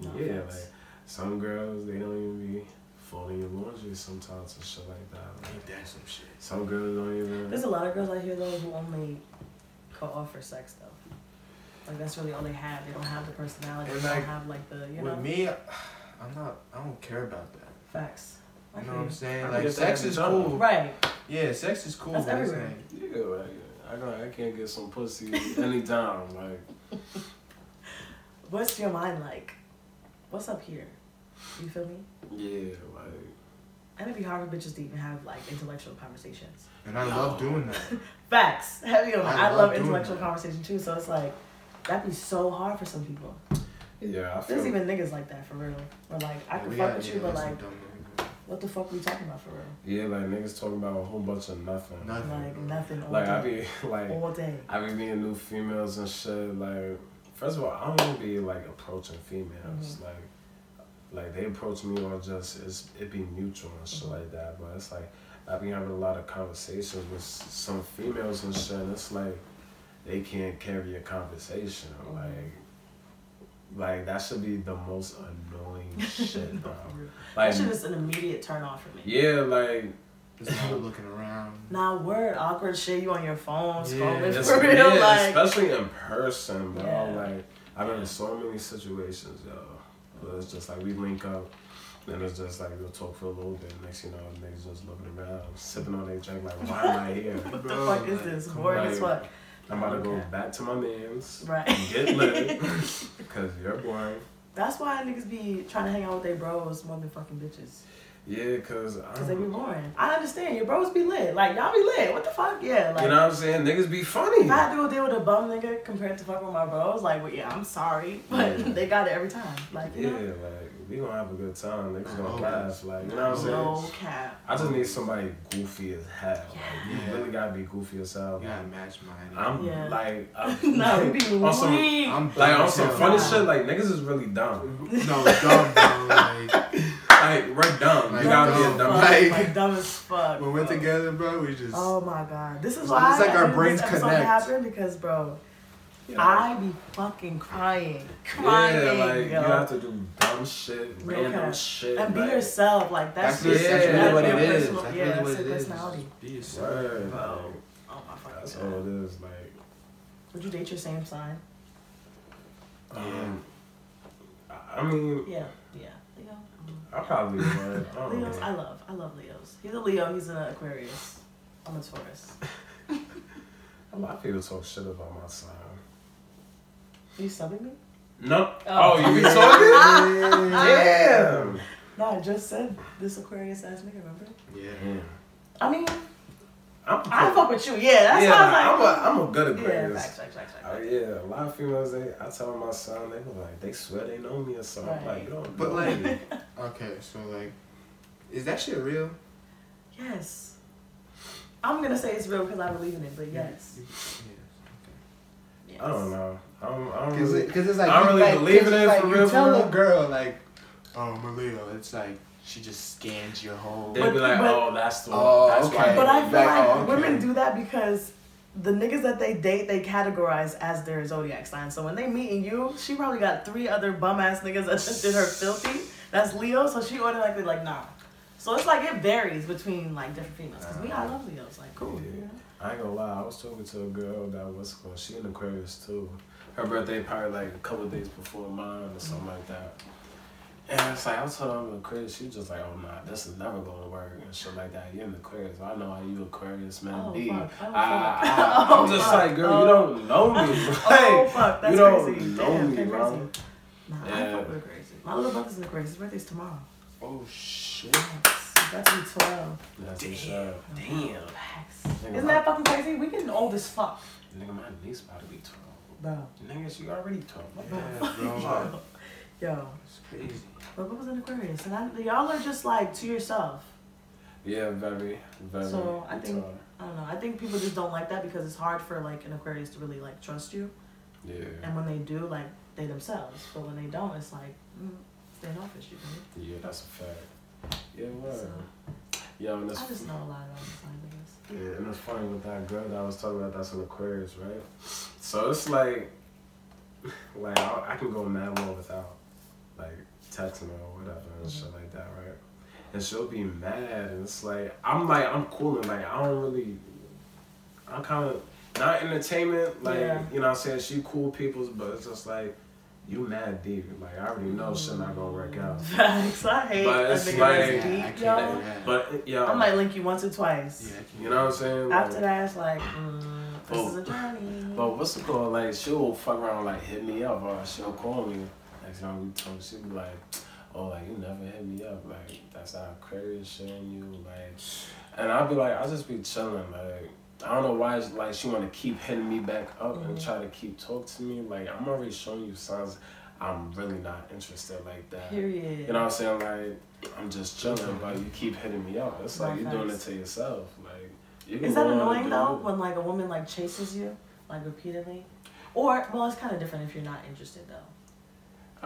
No, yeah, facts. like some girls they don't even be folding your laundry sometimes and shit like that. Like, That's some shit. some girls don't even. There's a lot of girls out here though who only cut off for sex though. Like that's really all they have. They don't have the personality. And, they like, don't have like the you know With me, I'm not. I don't care about that. facts. I You know what I'm feel saying? I Like guess sex that is in general. you. cool. Right. Yeah, sex is cool. That's but it's everywhere. like- Yeah, like I know I can't get some pussy anytime. Like What's your mind like? What's up here? You feel me? yeah, like And it'd be hard for bitches to even have like intellectual conversations. And I No. love doing that. Facts. Heavy on. I I, love love doing intellectual that. conversation too, so it's like that'd be so hard for some people. yeah, I feel. There's even niggas like that for real. Where like I We could gotta fuck with get you, but some like dumb nigga. what the fuck we talking about for real? yeah, like niggas talking about a whole bunch of nothing. Nothing. Like bro. nothing all Like I day. be like all day. I be meeting new females and shit. Like first of all, I don't even be like approaching females. Mhm. Like like they approach me or just it's it be mutual and shit Mhm. like that. But it's like I be having a lot of conversations with s- some females and shit. And it's like they can't carry a conversation. Mhm. Like like that should be the most annoying shit, bro. For real. Like that shit is an immediate turn off for me. yeah, like Just not looking around. Nah, word awkward shit. You on your phone Yeah, scrolling It's for real, real, like especially in person, bro. Yeah. Like I've been in so many situations, yo. But it's just like we link up, and it's just like we'll talk for a little bit. Next, you know, niggas just looking around, sipping on their drink, like why am I here? what the Bro, fuck is like, this? come Boring on. as fuck. I'm about to go Okay. back to my man's, Right. get lit, cause you're boring. That's why niggas be trying to hang out with their bros more than fucking bitches. Yeah, cause I Cause they be don't, boring. I understand. Your bros be lit. Like y'all be lit. What the fuck? Yeah. Like you know what I'm saying. Niggas be funny. if I had to go deal with a bum nigga compared to fucking with my bros, like well, yeah, I'm sorry, but Yeah. they got it every time. Like you Yeah, know, like we gonna have a good time. Niggas Oh. gonna laugh. Like you know what I'm saying. no cap. I just need somebody goofy as hell. Like, you Yeah. really gotta be goofy as hell. You gotta match mine. I'm Yeah. like, I'm, no, we be on some- weak. I'm like dumb on as some hell. funny Nah. shit. Like niggas is really dumb. No, dumb, bro. Like, Like we're dumb. Like, you gotta dumb, be a dumb. as fuck, Like- like, dumb as fuck. when we're together, bro, we just. Oh my god, this is It's why like our I knew brains this episode connect. happened because, bro, You know, I be fucking crying, crying, yeah, like you yo. have to do dumb shit, random Yeah. shit, and be like, yourself. Like that's, That's, what- just yeah, that's that's really what your it is. personal- That's yeah, really that's what it your is. personality. Just Be yourself. Word, Bro. like, Oh my fucking that's God. all it is. Like, Would you date your same sign? um, I- I mean, Yeah, yeah. Leo. I probably would. I don't Leos, know. I love. I love Leos. He's a Leo. He's an Aquarius. I'm a Taurus. A lot of people talk shit about my sign. Are you subbing me? No. Oh. Oh, you talking? Damn. No, I just said this Aquarius ass nigga. Remember? Yeah. Damn. I mean, I'm I fuck with you. Yeah, that's yeah, how I I'm, was like. hmm. a, I'm a good yeah, agreeance. facts, facts, facts, facts. Uh, yeah, a lot of females, they, I tell my son, they were like, they swear they know me or something. I'm Like, you don't But know like- me. Okay, so like, is that shit real? Yes. I'm gonna say it's real because I believe in it, but yes. yes. I don't know. I don't, I don't Because really, it's like I don't you- really like, believe 'cause in it it's for like, real, You for tell real. a girl like, oh, Malia, it's like she just scans your whole. they'd be like, but- oh, that's the one. Oh, that's okay. why. But I feel Back like off, okay. women do that because the niggas that they date, they categorize as their zodiac sign. So when they meeting you, she probably got three other bum ass niggas that did her filthy. That's Leo, so she automatically like nah. So it's like it varies between like different females. Cause me, I love Leos. Like cool. Yeah. you know? I ain't gonna lie, I was talking to a girl that was called, she an Aquarius too. Her birthday probably like a couple days before mine or something like that. And it's like, I was telling her I'm an Aquarius, she was just like, oh, nah, this is never gonna work and shit like that. You're an Aquarius, I know how you Aquarius man Oh, be. fuck. Oh, fuck. I- I- Oh, I'm just fuck. like, girl, Oh. you don't know me. Oh Like, fuck, that's you don't crazy. know Damn, me, okay, bro. crazy. Nah, I Yeah. fuck with crazy. My little brother's in the crazy. His birthday's tomorrow. oh shit. That's be twelve. That's Damn. for sure. Damn. Facts. Isn't that fucking crazy? We getting old as fuck, Nigga, my niece about to be 12. bro. Niggas, you already 12. What the Yeah, bro. fuck? Yo, It's crazy. but what was an Aquarius? And I, y'all are just like to yourself. Yeah, very, very. So, I think- tall. I don't know. I think people just don't like that because it's hard for like an Aquarius to really like trust you. Yeah. And when they do, like they themselves. But when they don't, it's like mm, standoffish. You know. Yeah, that's a fact. Yeah, what? So yeah, and that's, I just know a lot about the signs, I guess. yeah, and it's funny with that girl that I was talking about, that's an Aquarius, right? So it's like, like, I, I can go mad long without, like, texting her or whatever Mm-hmm. and shit like that, right? And she'll be mad, and it's like, I'm like, I'm cooling, like, I don't really, I'm kind of, not entertainment, like, Yeah. you know what I'm saying? She cool people's, but it's just like, you mad deep. Like, I already know shit not gonna work Mm. out. Facts. I hate But a it's nigga like- that's yeah, I deep, can't yo. do that. But, yeah. I might link you once or twice. yeah, I can't You do know what I'm that. saying? After Like- that, it's like mm, this Oh. is a journey. But what's it called? Like she'll fuck around, like hit me up, or she'll call me. Next time we talk, she'll be like, "Oh, like you never hit me up. Like that's how crazy shit on you." Like, and I'll be like, I'll just be chilling. Like I don't know why. It's like she want to keep hitting me back up Mm-hmm. and try to keep talk to me. Like I'm already showing you signs. I'm really not interested like that. Period. You know what I'm saying? Like I'm just chilling, but you keep hitting me up. It's like Right, you're doing it facts. to yourself. Like you can Is that go on and annoying do though it. when like a woman like chases you like repeatedly? Or well, it's kind of different if you're not interested though.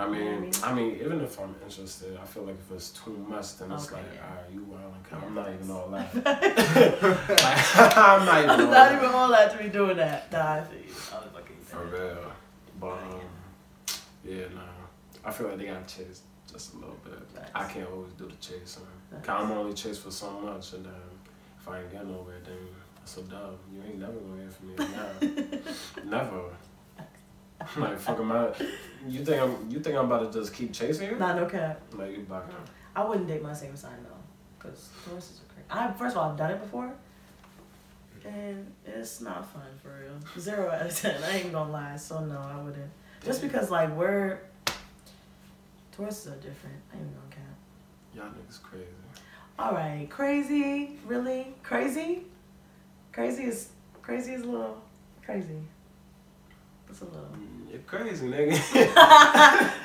I You know what I mean, mean? I mean, even if I'm interested, I feel like if it's too much, then it's Okay, like, yeah. ah, you wild. Like, Yeah, I'm not that's- even all that. like, I'm not even all that. all that to be doing that. Nah, I feel you. I was fucking For real. But, um, yeah, no. I feel like they got chased just a little bit. Facts. I can't always do the chasing. Facts. 'Cause I'm only chased for so much, and um, if I ain't get nowhere, then that's a dub. You ain't never gonna hear from me now. never. Like, fuck am I? You think I'm? You think I'm about to just keep chasing you? Nah, no cap. Like you bugging. I wouldn't date my same sign though, cause Taurus is a crazy. I first of all, I've done it before, and it's not fun for real. Zero out of ten. I ain't gonna lie. So no, I wouldn't. Just because like we're Tauruses are different. I ain't gonna cap. Y'all niggas crazy. All right, crazy, really crazy. Crazy is crazy is a little crazy. It's a little. Mm, You're crazy, nigga.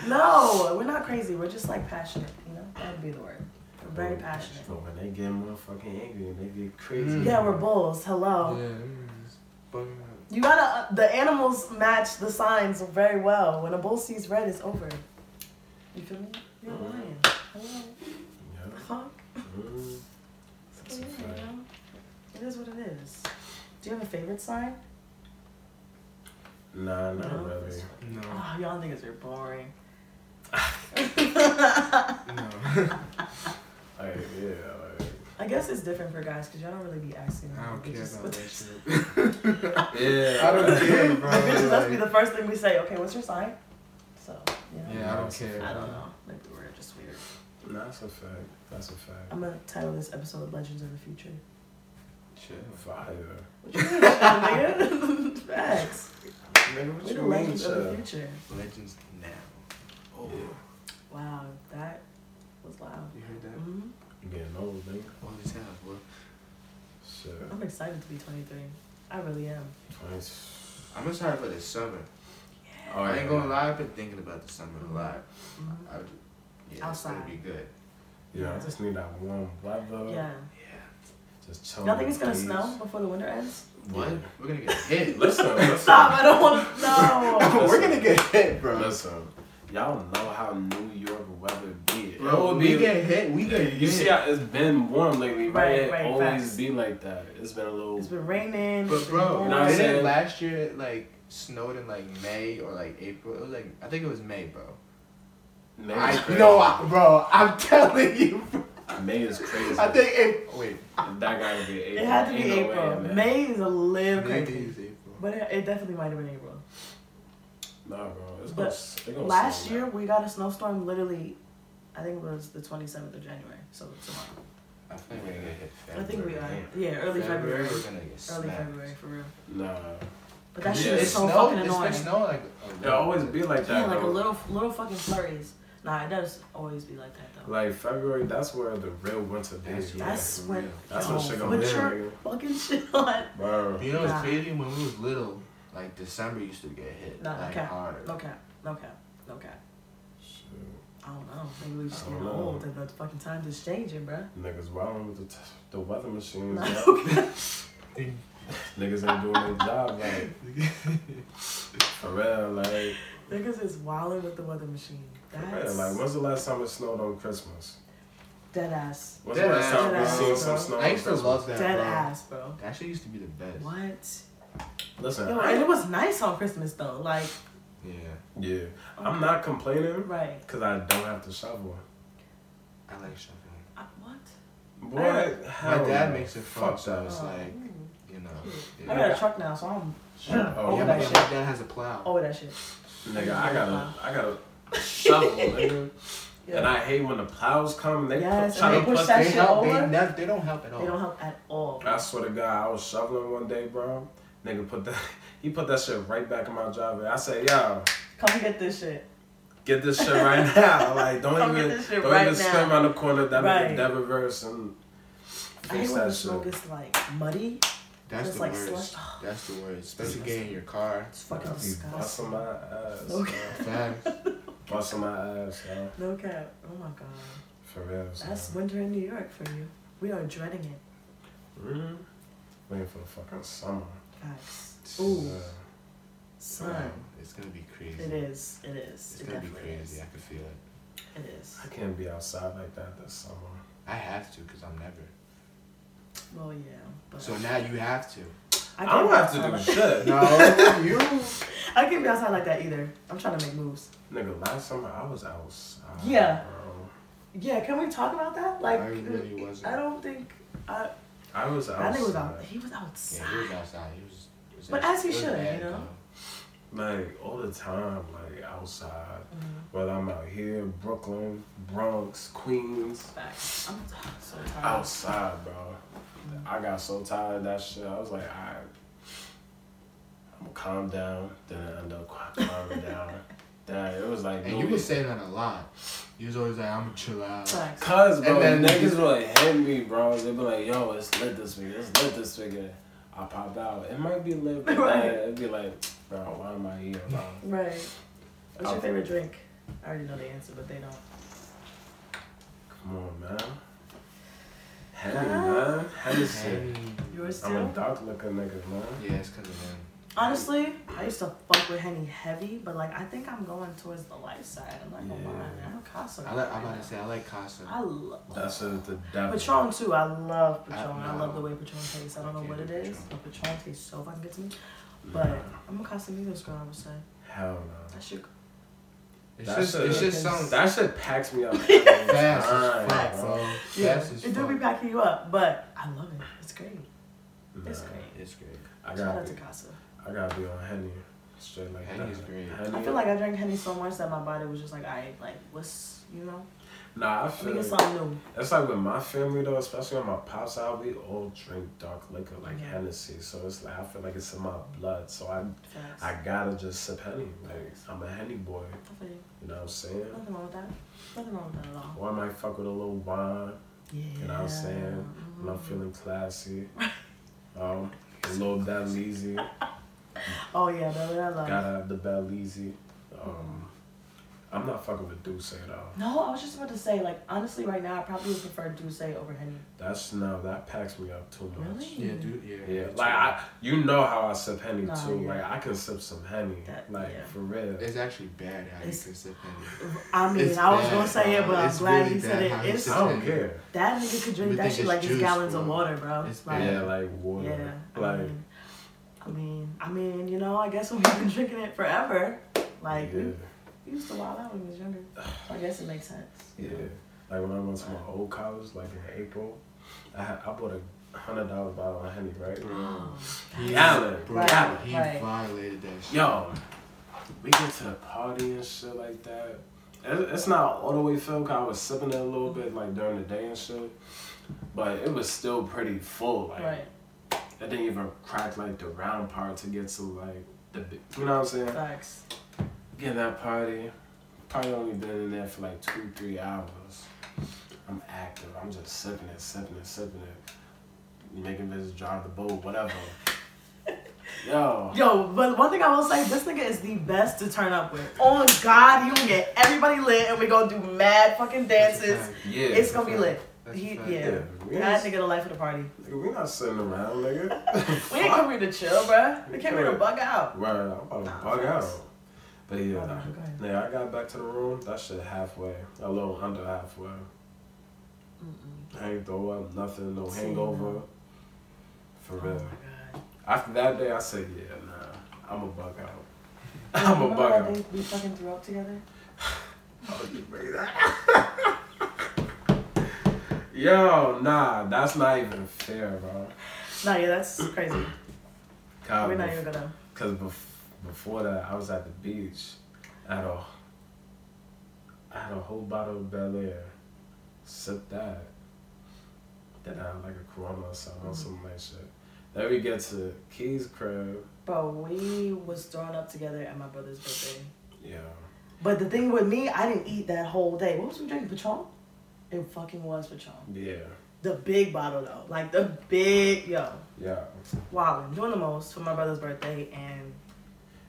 No, we're not crazy. We're just like passionate. You know, that would be the word. We're very passionate. But when they get motherfucking angry, they get crazy. Mm. Yeah, we're bulls. Hello. Yeah, mm, it's bugging out. You gotta. uh, The animals match the signs very well. When a bull sees red, it's over. You feel me? You're a lion. Hello. Yeah. Fuck. Mm. That's Yeah, a you fact. know? It is what it is. Do you have a favorite sign? Nah, not No. really. No, Oh, y'all niggas are boring. no. Like, yeah, like, I guess it's different for guys because y'all don't really be asking. I don't We care just- about that shit. yeah, I don't care, bro. Bitches, that's be Like, the first thing we say. Okay, what's your sign? So, you know, yeah, I don't care. I don't know. Maybe we're just weird. nah, that's a fact. That's a fact. I'm gonna title this episode "Legends of the Future." Chill. Fire. What you mean, nigga? Facts. Nigga, We're what the you mean, legends of the child? future. Legends now. Oh, Yeah. Wow, that was loud. you heard that? hmm You getting old, nigga. Old as hell, boy. Shit. I'm excited to be 23. I really am. Twenties. I'm excited for the summer. Oh, I yeah. ain't gonna lie, I've been thinking about the summer a lot. Mhm. I, yeah, it's gonna Outside. be good. Yeah, I just need that warm weather. Yeah. Yeah. Just chill. Y'all think it's gonna please. snow before the winter ends? What? Yeah. We're gonna get hit. Listen, listen. Stop! I don't want to know. We're gonna get hit, bro. Listen, y'all know how New York weather be. It Bro, would we be- get hit. We get hit. You see, how it's been warm lately, Right, right? It right, always facts. be like that. It's been a little. It's been raining. it's But been bro, warm. know what I'm didn't saying? last year it, like snowed in like May or like April? It was like I think it was May, bro. May is I crazy. no, I, bro. I'm telling you, bro. May is crazy. I think it. Wait, that gotta be April. it had to be Ain't no way, April. man. May is a little crazy, is April. but it, it definitely might have been April. Nah, bro. It's But gonna, it's gonna Last snow, year man. we got a snowstorm literally I think it was the 27th of January, so tomorrow. I think we're gonna get hit. I think we are. February. Yeah, early February. We're gonna get smacked. Early February for real. Nah. But that shit Yeah, is it so snowed- fucking it's been annoying. snowing, like, a It always be like that. Yeah, like a though. little little fucking flurries. Nah, it does always be like that though. Like February, that's where the real winter That's- days. That's for when real. That's yo, what shit gonna put be. your nigga. fucking shit on. Bro. You know Nah. what's crazy? When we was little, like December used to get hit Nah, like okay. hard. No cap, no cap, no cap. Shit. I don't know. Maybe we just I getting don't know. old and the fucking time just changing, bruh. Niggas wilding with the, t- the weather machines. Nah, yo. okay. Niggas ain't doing their job, like, for real, like, Niggas is wilding with the weather machine. for real. That's Like, when's the last time it snowed on Christmas? dead ass. When's the last Deadass, time we deadass, seen bro. some snow I on used to Christmas? love that, Dead bro. ass, bro. That shit used to be the best. What? Listen, Yo, I- and it was nice on Christmas though. Like, Yeah, yeah, I'm not complaining right? because I don't have to shovel. I like shoveling. I, what? What? My dad makes it fun, Fuck so that. it's Oh, like mm. you know. I got a truck now, so I'm Oh, yeah, over yeah, but that my shit. Oh, dad has a plow. Over that shit. Nigga, I gotta, I gotta shovel, nigga. Yeah. And I hate when the plows come and they Yes, put, try and to they push put that they shit help. over? They, nev- they don't help at all. they don't help at all. I swear to God, I was shoveling one day, bro. Nigga put that, he put that shit right back in my driveway. I said, yo, Come get this shit. get this shit right now. Like, don't Come get even, this shit don't right even spin now. around the corner. That Right. nigga that reverse and I hate fix when that the snow shit. gets like muddy. That's It's the like worst. slush. Oh, That's the worst. Especially getting in your car. It's fucking I be busting disgusting. my ass. Okay. Facts. Busting my ass, yo. No cap. Oh my god. For real. son. That's winter in New York for you. We are dreading it. Mhm. Waiting for the fucking summer. Facts. Ooh, Yeah. son. It's gonna be crazy. It is. It is. It's it gonna be definitely crazy. is. I can feel it. It is. I can't be outside like that this summer. I have to, cause I'm never. Well, yeah. But So now you have to. I, can't don't be have to outside do like- shit. No, you. I can't be outside like that either. I'm trying to make moves. Nigga, last summer I was outside. Yeah. Bro. Yeah, can we talk about that? Like, I really wasn't. I don't think I. I was I outside. think was out. He was Yeah, he was outside. outside. He was. it was But actually- as he it was should, bad, you know? though. Like, all the time, like, outside. Mm-hmm. Whether I'm out here, Brooklyn, Bronx, Queens. Facts. I'm so tired. Outside, bro. I got so tired of that shit. I was like, alright. I'm gonna calm down. Then I end up qu- calming down. Then it was like, And you would say that a lot. You was always like, "I'm gonna chill out." Facts. Cuz, bro, And then- niggas would like hit me, bro. They'd be like, yo, it's lit this week. It's lit this week. And I pop out. It might be lit, but Right. then it'd be like, bro, why am I here, bro? Right. What's your Out. favorite drink? I already know the answer, but they don't. Come on, man. Hey, man. Henderson. Yours I'm a too. dark looking nigga, man. Yeah, it's because of him. Honestly, I used to fuck with Henny heavy, but like I think I'm going towards the light side. I'm not gonna Yeah. lie, man. I'm a Casa. I like, I'm about to say I like Casa. I love. That's a, the devil. Patron too. I love Patron. I- I, no. love the way Patron tastes. I don't know I what can't it do is, Patron. but Patron tastes so fucking good to me. But I'm a Casamigos girl, I would say. Hell no. That should go. It's That just, shit- it's just something That shit packs me up. fast Alright, as fuck, bro. bro. Yeah, Fast as it do fuck. be packing you up, but I love it. It's great. It's Nah, great. It's great. I Shout gotta out be, to Casa. I gotta be on Henny. Straight like Henny's that. great. Henny, I feel like I drank Henny so much that my body was just like, I like, what's, you know? Nah, I Let me feel get like, something new. It's like with my family though, especially on my pop's side, we all drink dark liquor like Yeah. Hennessy. So it's like I feel like it's in my blood. So I Facts. I gotta just sip Henny. Like I'm a Henny boy. I feel you. You know what I'm saying? Nothing wrong with that. Nothing wrong with that at all. Or I might fuck with a little wine Yeah. know what I'm saying? when Mm. I'm feeling classy. Um, a little Belize. Oh, yeah, baby, I love Gotta it. have the Belize. Um, I'm not fucking with Duce though. No, I was just about to say, like, honestly, right now, I probably would prefer Douce over Henny. That's no, that packs me up too much. Really? Yeah, dude. Yeah. Yeah, me too. like I, you know how I sip henny Nah, too. yeah. Like I can sip some henny, That- like yeah. for real. It's actually bad how you It's- can sip Henny. I mean, It's I was bad, gonna say it, bro. but I'm It's glad really you said bad it. how you It's, I sip- don't Henny. care. that nigga could drink You that think shit it's like it's juice, gallons of bro. water, bro. It's like, Yeah, bad. like water. yeah. I like mean, I mean, I mean, you know, I guess when we've been drinking it forever, like yeah, we we used to wild out when we was younger. I guess it makes sense. yeah. Like when I went to my old college, like in April, I had, I bought a hundred dollar bottle of henny, right? Bro. Um, He- Gallon, Bro, gallon. he Right. violated that shit. Yo, we get to the party and shit like that. It- It's not all the way filled 'cause I was sipping it a little bit like during the day and shit, but it was still pretty full. Like Right. I didn't even crack like the round part to get to like the bi- you know what I'm saying? Facts. Get that party. Probably only been in there for like two, three hours. I'm active. I'm just sipping it, sipping it, sipping it. Making bitches drive the boat, whatever. Yo, Yo, but one thing I will say, this nigga is the best to turn up with. Oh God, he gonna get everybody lit, and we gonna do mad fucking That's a dances. fact. yeah. It's gonna be lit. That's a He, fact. yeah. we That not, nigga the life of the party. we not sitting around, nigga. We ain't come here to chill, bruh. We came here to bug out. Right, I'm about to Nah, bug out. facts. But yeah, Oh, no, go ahead. nah, I got back to the room. That shit halfway, a little under halfway. I ain't throw up nothing, no See, hangover. no. For Oh my real. God. After that day, I said, yeah, nah, I'm a bug out. I'm a bug out. We fucking threw up together. Oh, you made that. Yo, nah, that's not even fair, bro. Nah, yeah, that's crazy. God, We're not even gonna. Because bef- before that, I was at the beach. I had a, I had a whole bottle of Bel Air. Sip that. Then I had like a Corona or something, Mm-hmm. or something like shit. Then we get to Key's crib. Bro, we was thrown up together at my brother's birthday. Yeah. But the thing with me, I didn't eat that whole day. What was we drinking? Patron? It fucking was Patron. Yeah. The big bottle though, like the big yo, Yeah. wildin', doing the most for my brother's birthday, and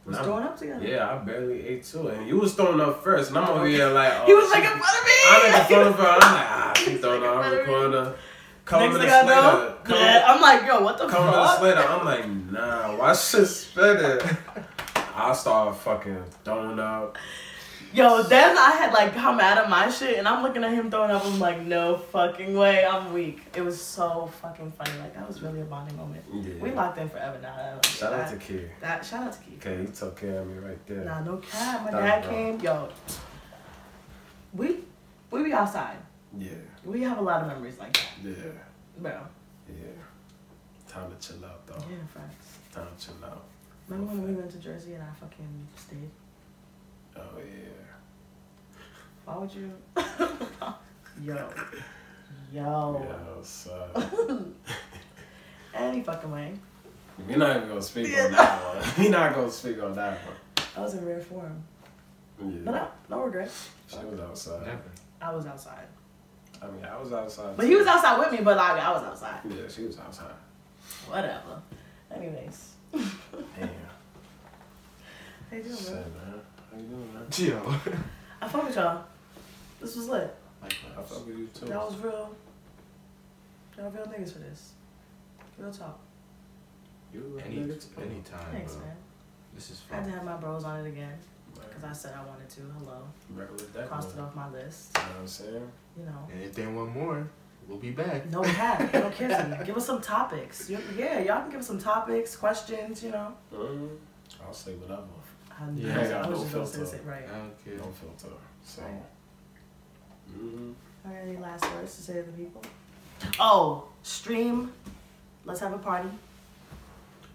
was Nah. throwing up together. Yeah, I barely ate too. And you was throwing up first, and I'm over here like, oh, He was she- making fun of me. I'm making fun of her. I'm like, ah, she He's throwing making up. I'm fun of me. recording. Couple Next minutes thing I later, know, couple- yeah, I'm like, yo, what the Couple fuck? minutes later, I'm like, nah, why should spit it? I start fucking throwing up. Yo, then I had like come out of my shit, and I'm looking at him throwing up. I'm like, no fucking way, I'm weak. It was so fucking funny. Like that was really a bonding moment. Yeah. We locked in forever now. Shout that, out to Key. that. Shout out to Keith. Okay, he took care of me right there. Nah, no cap. My Nah, dad bro. came. Yo, we we be outside. Yeah, We have a lot of memories like that, yeah, bro. yeah. Time to chill out, though. Yeah, facts. Time to chill out. Remember when we went to Jersey and I fucking stayed? Oh, yeah. Why would you? yo, yo, Yeah, so. any fucking way. We're not even gonna speak on that one. We're not gonna speak on that I was in rare form. one. But Yeah. no, no regrets. She was outside. Never. I was outside. I mean, I was outside. But he was too. outside with me, but like I was outside. Yeah, she was outside. Whatever. Anyways. Damn. How you doing, Shit, bro? man. How you doing, man? Yo. I fuck with y'all. This was lit. Like, I fuck with you too. Y'all was real. Y'all real niggas for this. Real talk. You any, nigga too. anytime, Thanks, bro. man. This is I had to fun. have my bros on it again because Right. I said I wanted to. Hello. Regular deck. Crossed it one. off my list. You know what I'm saying? You know. And if they want more, We'll be back. No cap, no kidding. give us some topics. You- Yeah, y'all can give us some topics, questions. You know. I'll say whatever. I knew- Yeah, I was no just gonna filter. say it right. Okay. No filter. So. Right. Mm-hmm. All right, any last words to say to the people? Oh, stream. Let's have a party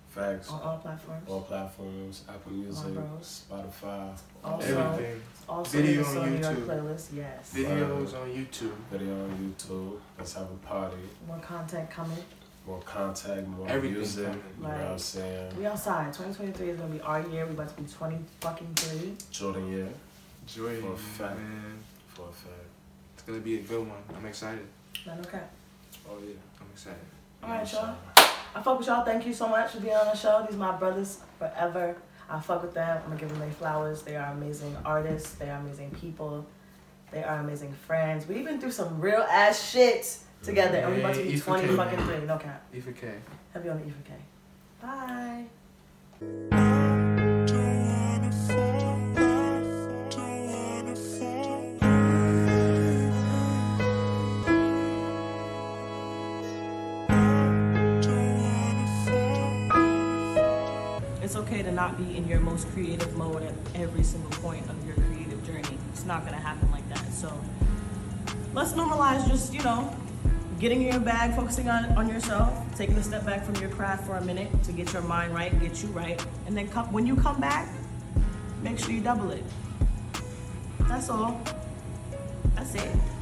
Facts. on all platforms. All platforms, Apple Music, Bros. Spotify, Also, Everything. also Video in the on New York YouTube. playlist. Yes. Videos on YouTube. video on YouTube. Let's have a party. More content coming. More contact, more Everything music. You coming. know what I'm Right. saying? We outside. 2023 is gonna be our year. We about to be 20 fucking three. Jordan, yeah, Joy, For a fact. man. for a fact. It's gonna be a good one. I'm excited. Man, okay. Oh, yeah. I'm excited. All right, y'all. I fuck with y'all. Thank you so much for being on the show. These my brothers forever. I fuck with them. I'm gonna give them their flowers. They are amazing artists. They are amazing people. They are amazing friends. We've been through some real ass shit together, and we about to be Hey, Mm-hmm. Ethan 20 K. fucking three. No cap. Eva K. Have you on the Eva K. Bye. It's okay to not be in your most creative mode at every single point of your creative journey. It's not gonna happen like that. So let's normalize just, you know, getting in your bag, focusing on, on yourself, taking a step back from your craft for a minute to get your mind right, get you right. And then come, when you come back, make sure you double it. That's all. That's it.